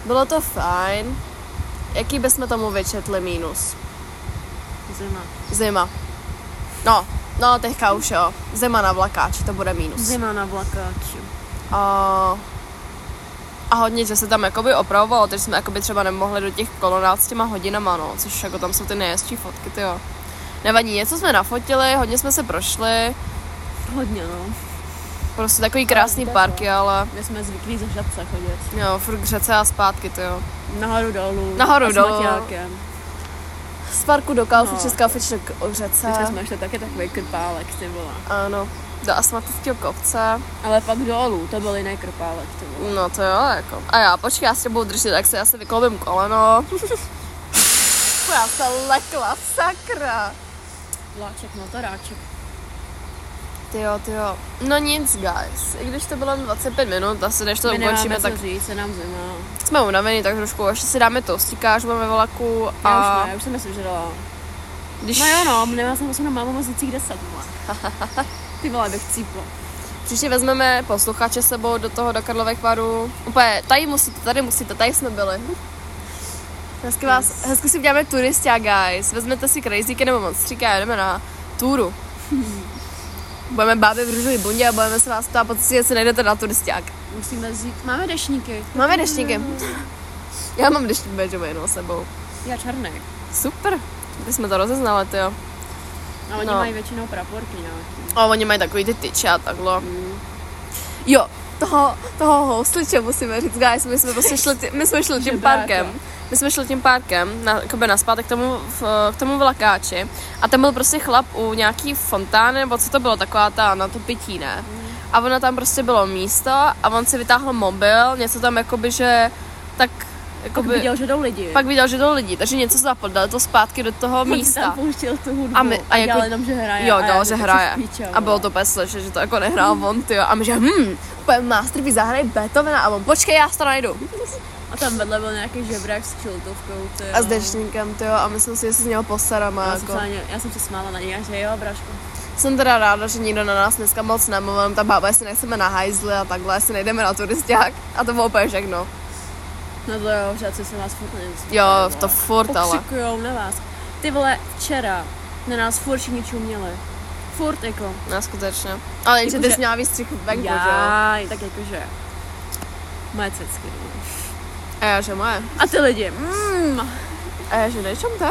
[SPEAKER 1] Bylo to fajn. Jaký bychom tomu vyčetli mínus?
[SPEAKER 2] Zima.
[SPEAKER 1] Zima. No, no teďka už jo. Zima na vlakáči, to bude mínus.
[SPEAKER 2] Zima na vlakáči.
[SPEAKER 1] A, a hodně, že se tam jakoby opravovalo, takže jsme jakoby třeba nemohli do těch kolonád s těma hodinama, no, což jako tam jsou ty nejhezčí fotky, ty jo. Nevadí, něco jsme nafotili, hodně jsme se prošli.
[SPEAKER 2] Hodně, no.
[SPEAKER 1] Prostě takový krásný
[SPEAKER 2] kde
[SPEAKER 1] parky, ale
[SPEAKER 2] My jsme zvyklí ze Žabce chodit.
[SPEAKER 1] jo, furt k řece a zpátky, to jo.
[SPEAKER 2] Nahoru dolů.
[SPEAKER 1] Nahoru
[SPEAKER 2] a s
[SPEAKER 1] dolů.
[SPEAKER 2] Maťákem.
[SPEAKER 1] Z parku do kalfu,
[SPEAKER 2] No.
[SPEAKER 1] přes kalfiček k řece.
[SPEAKER 2] Vždycky jsme šli taky takový krpálek, ty vole.
[SPEAKER 1] Ano, do astmatického kopce.
[SPEAKER 2] Ale pak dolů, to byl jiný krpálek, ty vole.
[SPEAKER 1] No to jo, jako. A já, počkej, já s tě budu držet, tak se já se vyklobím koleno. Fú, já se lekla, sakra.
[SPEAKER 2] Láček, motoráček.
[SPEAKER 1] Ty jo, ty jo. No nic, guys. I když to bylo jen 25 minut, asi než to
[SPEAKER 2] My nemáme
[SPEAKER 1] ukončíme,
[SPEAKER 2] co
[SPEAKER 1] tak
[SPEAKER 2] říct, se nám zima.
[SPEAKER 1] jsme unavení, tak trošku ještě si dáme toastíka, až budeme ve vlaku.
[SPEAKER 2] Já
[SPEAKER 1] A
[SPEAKER 2] už ne, já už jsem nesvěžela.
[SPEAKER 1] když
[SPEAKER 2] No jo no, nemá jsem 8 na mámu moc necích 10,
[SPEAKER 1] [LAUGHS]
[SPEAKER 2] vole. Ty vole, bych cípla.
[SPEAKER 1] příště vezmeme posluchače sebou do toho, do Karlových varů. Úplně, tady musíte, tady musíte, tady jsme byli. Hezky, vás, hezky si uděláme turista, guys. Vezmete si crazyky nebo monstříka a jdeme na túru. Budeme báby v růžové bundě a budeme se vás ptát po cestě, jestli nejdete na turisták.
[SPEAKER 2] Musíme vzít, máme dešníky.
[SPEAKER 1] Máme deštníky. Já mám deštník bežový jenom sebou.
[SPEAKER 2] Já černý.
[SPEAKER 1] Super. Ty jsme to rozeznali, ty jo.
[SPEAKER 2] A oni
[SPEAKER 1] No.
[SPEAKER 2] no. mají většinou praporky no. Jako nějaký.
[SPEAKER 1] A oni mají takový ty tyče a takhle. Jo, toho, toho housliče musíme říct, guys, my jsme prostě šli, ty- my jsme šli tím
[SPEAKER 2] Žebráka.
[SPEAKER 1] parkem. My jsme šli tím parkem, na, jakoby naspátek k tomu, v- k tomu vlakáči. A tam byl prostě chlap u nějaký fontány, nebo co to bylo, taková ta na to pití, ne? A ono tam prostě bylo místo a on si vytáhl mobil, něco tam jakoby, že tak
[SPEAKER 2] Pak
[SPEAKER 1] jakoby,
[SPEAKER 2] viděl, že jdou lidi.
[SPEAKER 1] pak viděl, že jdou lidi, takže něco zapl, dal to zpátky do toho
[SPEAKER 2] Pak si tam
[SPEAKER 1] místa.
[SPEAKER 2] pouštěl tu hudbu.
[SPEAKER 1] A my- a jako-
[SPEAKER 2] dělal jenom, že hraje.
[SPEAKER 1] Jo,
[SPEAKER 2] a já
[SPEAKER 1] dal, že
[SPEAKER 2] říkám,
[SPEAKER 1] hraje.
[SPEAKER 2] "Jsi v píče,
[SPEAKER 1] A bylo
[SPEAKER 2] vole."
[SPEAKER 1] to úplně slyšet, že to jako nehrál
[SPEAKER 2] Hmm.
[SPEAKER 1] on, ty A my že, hm, úplně masterpiece zahraje Beethovena a on, počkej, já si to najdu.
[SPEAKER 2] A tam vedle byl nějaký žebrák s čiltovkou. ty
[SPEAKER 1] A s
[SPEAKER 2] jo.
[SPEAKER 1] dečníkem, ty a myslím si, že se z něho postaráme.
[SPEAKER 2] Já jsem,
[SPEAKER 1] Jako.
[SPEAKER 2] se na ně, já jsem se smála na něj, já že jo, brašku.
[SPEAKER 1] Jsem teda ráda, že nikdo na nás dneska moc nemluvil, ta bába, jestli nechceme na hajzli a takhle, jestli nejdeme na turisták. A to bylo úplně všechno.
[SPEAKER 2] No to jo, že asi se vás furt nezvíte,
[SPEAKER 1] Jo, to furt, ale.
[SPEAKER 2] Pokřikujou na vás. Ty vole, včera na nás furt všichni čuměli. Furt jako.
[SPEAKER 1] No, skutečně. Ale jenže ty
[SPEAKER 2] Jakože-
[SPEAKER 1] jsi měla víc střichu venku, že jo?
[SPEAKER 2] Jaj, tak jakože. Moje cecky. no.
[SPEAKER 1] A já, že moje.
[SPEAKER 2] A ty lidi, mm,
[SPEAKER 1] A já, že nečem to?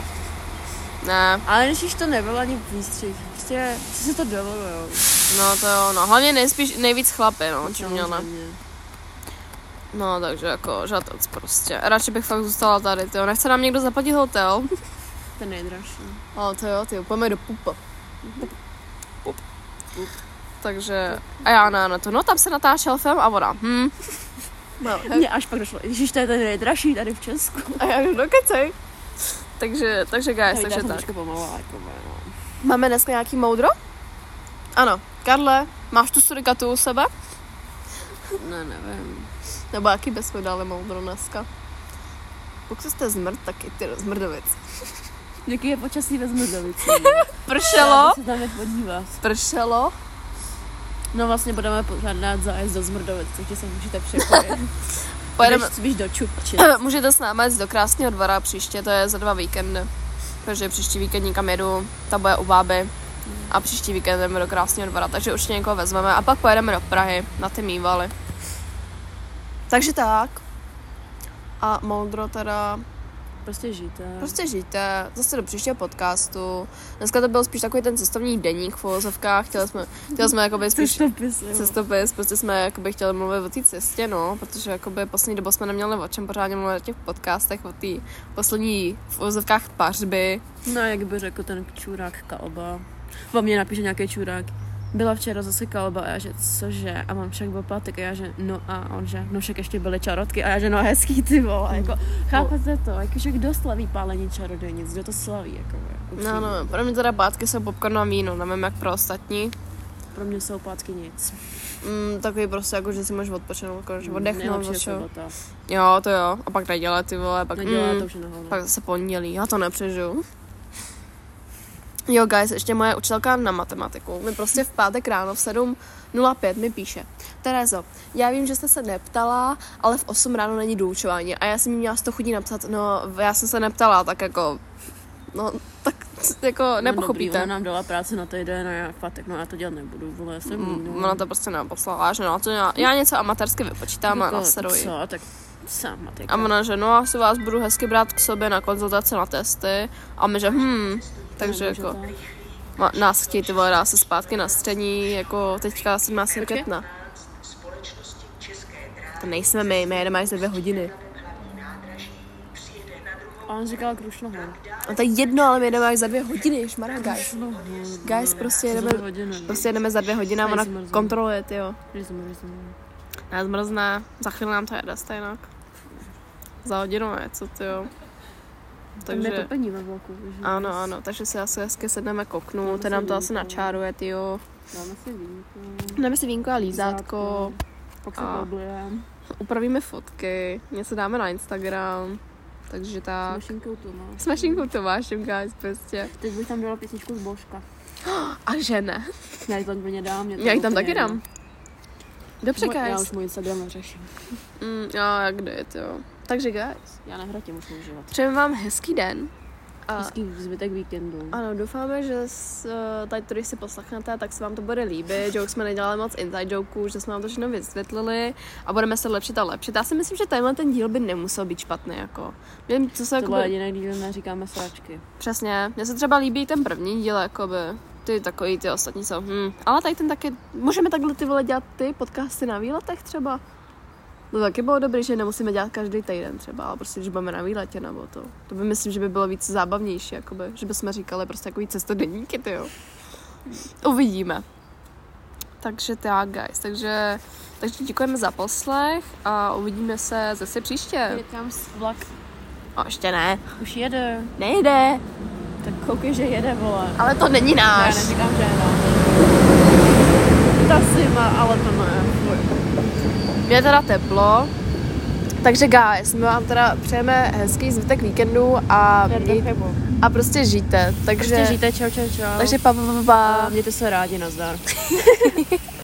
[SPEAKER 1] Ne,
[SPEAKER 2] ale než již to nebyl ani výstřih, prostě co si to dovolujou.
[SPEAKER 1] no to jo, no. Hlavně nejspíš, nejvíc chlapy,
[SPEAKER 2] Jako
[SPEAKER 1] no, čím měla.
[SPEAKER 2] Samozřejmě.
[SPEAKER 1] No, takže jako žatec prostě. Radši bych fakt zůstala tady, ty Nechce nám někdo zaplatit hotel?
[SPEAKER 2] Ten nejdražší.
[SPEAKER 1] Ale to jo, ty pojďme do pupa. Pup. Takže, a já na, na to, no tam se natáčel film a ona, hm. No,
[SPEAKER 2] Mně až pak došlo, ježiš, to je ten nejdražší tady v Česku.
[SPEAKER 1] a já no, jdu dokecej. Takže, takže guys,
[SPEAKER 2] Hej, já
[SPEAKER 1] takže
[SPEAKER 2] jsem
[SPEAKER 1] tak.
[SPEAKER 2] trošku pomalá, jako no.
[SPEAKER 1] Máme dneska nějaký moudro? Ano. Karle, máš tu surikatu u sebe? No,
[SPEAKER 2] Ne, nevím.
[SPEAKER 1] Nebo jaký bychom dali moudro dneska? Pokud jste zmrt, tak i ty do zmrdovic.
[SPEAKER 2] Jaký je počasí ve
[SPEAKER 1] [LAUGHS]
[SPEAKER 2] Zmrdovici?
[SPEAKER 1] Pršelo,
[SPEAKER 2] se tam jít podívat.
[SPEAKER 1] pršelo,
[SPEAKER 2] No vlastně budeme pořádat zájezd do Zmrdovic, takže se můžete
[SPEAKER 1] [LAUGHS]
[SPEAKER 2] překojit.
[SPEAKER 1] pojedeme,
[SPEAKER 2] Budeš spíš do
[SPEAKER 1] [LAUGHS]
[SPEAKER 2] Čupči.
[SPEAKER 1] Můžete s námi jít do krásného dvora příště, to je za dva víkendy. Takže příští víkend někam jedu, ta bude u báby a příští víkend jdeme do krásného dvora, takže určitě někoho vezmeme a pak pojedeme do Prahy na ty mývaly. Takže tak. A moudro teda,
[SPEAKER 2] Prostě žijte.
[SPEAKER 1] prostě žijte, zase do příštího podcastu. Dneska to byl spíš takový ten cestovní deník v uvozovkách, chtěli jsme, chtěli jsme jakoby spíš
[SPEAKER 2] Cestopis. jo.
[SPEAKER 1] cestopis, prostě jsme jakoby chtěli mluvit o té cestě, no, protože jakoby poslední dobou jsme neměli o čem pořádně mluvit v těch podcastech, o té poslední v uvozovkách pařby.
[SPEAKER 2] No jak by řekl ten čurák Kalba. Po mně napíše nějaký čurák. Byla včera zase kalba a já že cože? A mám však oplatek a já že no a on že no však ještě byly čarotky a já že no hezký ty vole.
[SPEAKER 1] Mm.
[SPEAKER 2] Jako, chápete to? Jakože kdo slaví pálení čarodějnic? Kdo to slaví? Jako, upřímně.
[SPEAKER 1] No, no, pro mě teda pátky jsou popcorn a víno, nevím jak pro ostatní.
[SPEAKER 2] Pro mě jsou pátky nic.
[SPEAKER 1] Mm, takový prostě jako, že si můžeš odpočinout, jako, že
[SPEAKER 2] Nejlepší
[SPEAKER 1] oddechnout,
[SPEAKER 2] je
[SPEAKER 1] od čeho.
[SPEAKER 2] sobota.
[SPEAKER 1] Jo, to jo, a pak neděle ty vole, pak
[SPEAKER 2] Nedělá
[SPEAKER 1] mm,
[SPEAKER 2] to už je na hovno.
[SPEAKER 1] Pak zase pondělí, já to nepřežiju. Jo, guys, ještě moje učitelka na matematiku mi prostě v pátek ráno v 7.05 mi píše. Terezo, já vím, že jste se neptala, ale v 8 ráno není doučování. A já jsem jí měla z toho chudí napsat, no já jsem se neptala, tak jako, no tak jako
[SPEAKER 2] No
[SPEAKER 1] nepochopíte.
[SPEAKER 2] Dobrý, ona nám dala práci na týden a já fakt, tak no já to dělat nebudu, vole, já jsem jako
[SPEAKER 1] Mm, Ona to prostě nám poslala, že no, to já, já něco amatérsky vypočítám a
[SPEAKER 2] Jako,
[SPEAKER 1] naseruji.
[SPEAKER 2] Co, tak sám matika.
[SPEAKER 1] A ona, že no, asi vás budu hezky brát k sobě na konzultace na testy. A my, že hm, takže
[SPEAKER 2] Nemůže
[SPEAKER 1] jako...
[SPEAKER 2] to.
[SPEAKER 1] Ma- nás chtějí ty vole dá se zpátky na střední, jako teďka 17.
[SPEAKER 2] Počkej.
[SPEAKER 1] května. To nejsme my, my jedeme až za dvě hodiny.
[SPEAKER 2] A on říkal Krušnohor.
[SPEAKER 1] A to je jedno, ale my jedeme až za dvě hodiny, šmará, guys.
[SPEAKER 2] Krušnohor. no.
[SPEAKER 1] Guys, prostě
[SPEAKER 2] Za
[SPEAKER 1] jedeme,
[SPEAKER 2] dvě hodiny.
[SPEAKER 1] prostě jedeme za dvě hodiny a
[SPEAKER 2] Tady
[SPEAKER 1] ona
[SPEAKER 2] jsem rozumím.
[SPEAKER 1] kontroluje, jo.
[SPEAKER 2] Rozumím, rozumím.
[SPEAKER 1] Nás mrzná, za chvíli nám to jede stejnak. Za hodinu je, co ty jo.
[SPEAKER 2] Takže...
[SPEAKER 1] Takže,
[SPEAKER 2] Netopení ve bloku. že?
[SPEAKER 1] ano, ano, takže si asi hezky sedneme k oknu, ten nám to asi načáruje, ty jo.
[SPEAKER 2] Dáme si vínko.
[SPEAKER 1] Dáme si vínko a lízátko,
[SPEAKER 2] Pak se
[SPEAKER 1] A-
[SPEAKER 2] poblujeme.
[SPEAKER 1] upravíme fotky, něco dáme na Instagram, takže
[SPEAKER 2] S
[SPEAKER 1] tak.
[SPEAKER 2] mašinkou tu, no.
[SPEAKER 1] S Mašinkou Tomášem, guys, prostě.
[SPEAKER 2] Teď bych tam dala písničku z Božka.
[SPEAKER 1] A že ne?
[SPEAKER 2] Já ji tam úplně dám. mě to
[SPEAKER 1] Já ji tam
[SPEAKER 2] úplně
[SPEAKER 1] taky
[SPEAKER 2] jedno.
[SPEAKER 1] dám. Dobře,
[SPEAKER 2] Moj- Já už
[SPEAKER 1] guys.
[SPEAKER 2] můj Instagram neřeším.
[SPEAKER 1] Mm, a jak jde, jo. Takže, guys,
[SPEAKER 2] Já nehratím už užívat.
[SPEAKER 1] přejeme vám hezký den. A
[SPEAKER 2] Hezký zbytek víkendu.
[SPEAKER 1] Ano, doufáme, že s, eh, tady, když si poslechnete, tak se vám to bude líbit, že už jsme nedělali moc inside jokeů, že jsme vám to všechno vysvětlili a budeme se lepšit a lepšit. Já si myslím, že tenhle ten díl by nemusel být špatný, jako. Nevím, co se
[SPEAKER 2] To
[SPEAKER 1] jako
[SPEAKER 2] bylo jediné, když neříkáme sračky.
[SPEAKER 1] Přesně, mně se třeba líbí ten první díl, jakoby. Ty takový, ty ostatní jsou, hm. Ale tady ten taky, můžeme takhle ty vole dělat ty podcasty na výletech třeba. To taky bylo dobré, že nemusíme dělat každý týden třeba, ale prostě, když budeme na výletě nebo to. To by myslím, že by bylo víc zábavnější, jakoby, že bychom říkali prostě takový cestodenníky, ty jo. Uvidíme. Takže tak, guys, takže, takže děkujeme za poslech a uvidíme se zase příště.
[SPEAKER 2] Říkám, vlak
[SPEAKER 1] A No, ještě ne,
[SPEAKER 2] už jede.
[SPEAKER 1] nejde,
[SPEAKER 2] Tak koukej, že jede, vole.
[SPEAKER 1] ale to není
[SPEAKER 2] Já
[SPEAKER 1] náš.
[SPEAKER 2] neříkám, že je no. Ta si má, ale to ne. Fuj.
[SPEAKER 1] Mě teda teplo, takže guys, my vám teda přejeme hezký zbytek víkendu a, měj,
[SPEAKER 2] Mějte chybu.
[SPEAKER 1] a prostě žijte. no. Takže,
[SPEAKER 2] Prostě žijte, čau, čau, čau.
[SPEAKER 1] takže pa, pa, pa, pa.
[SPEAKER 2] A mějte se rádi, nazdar.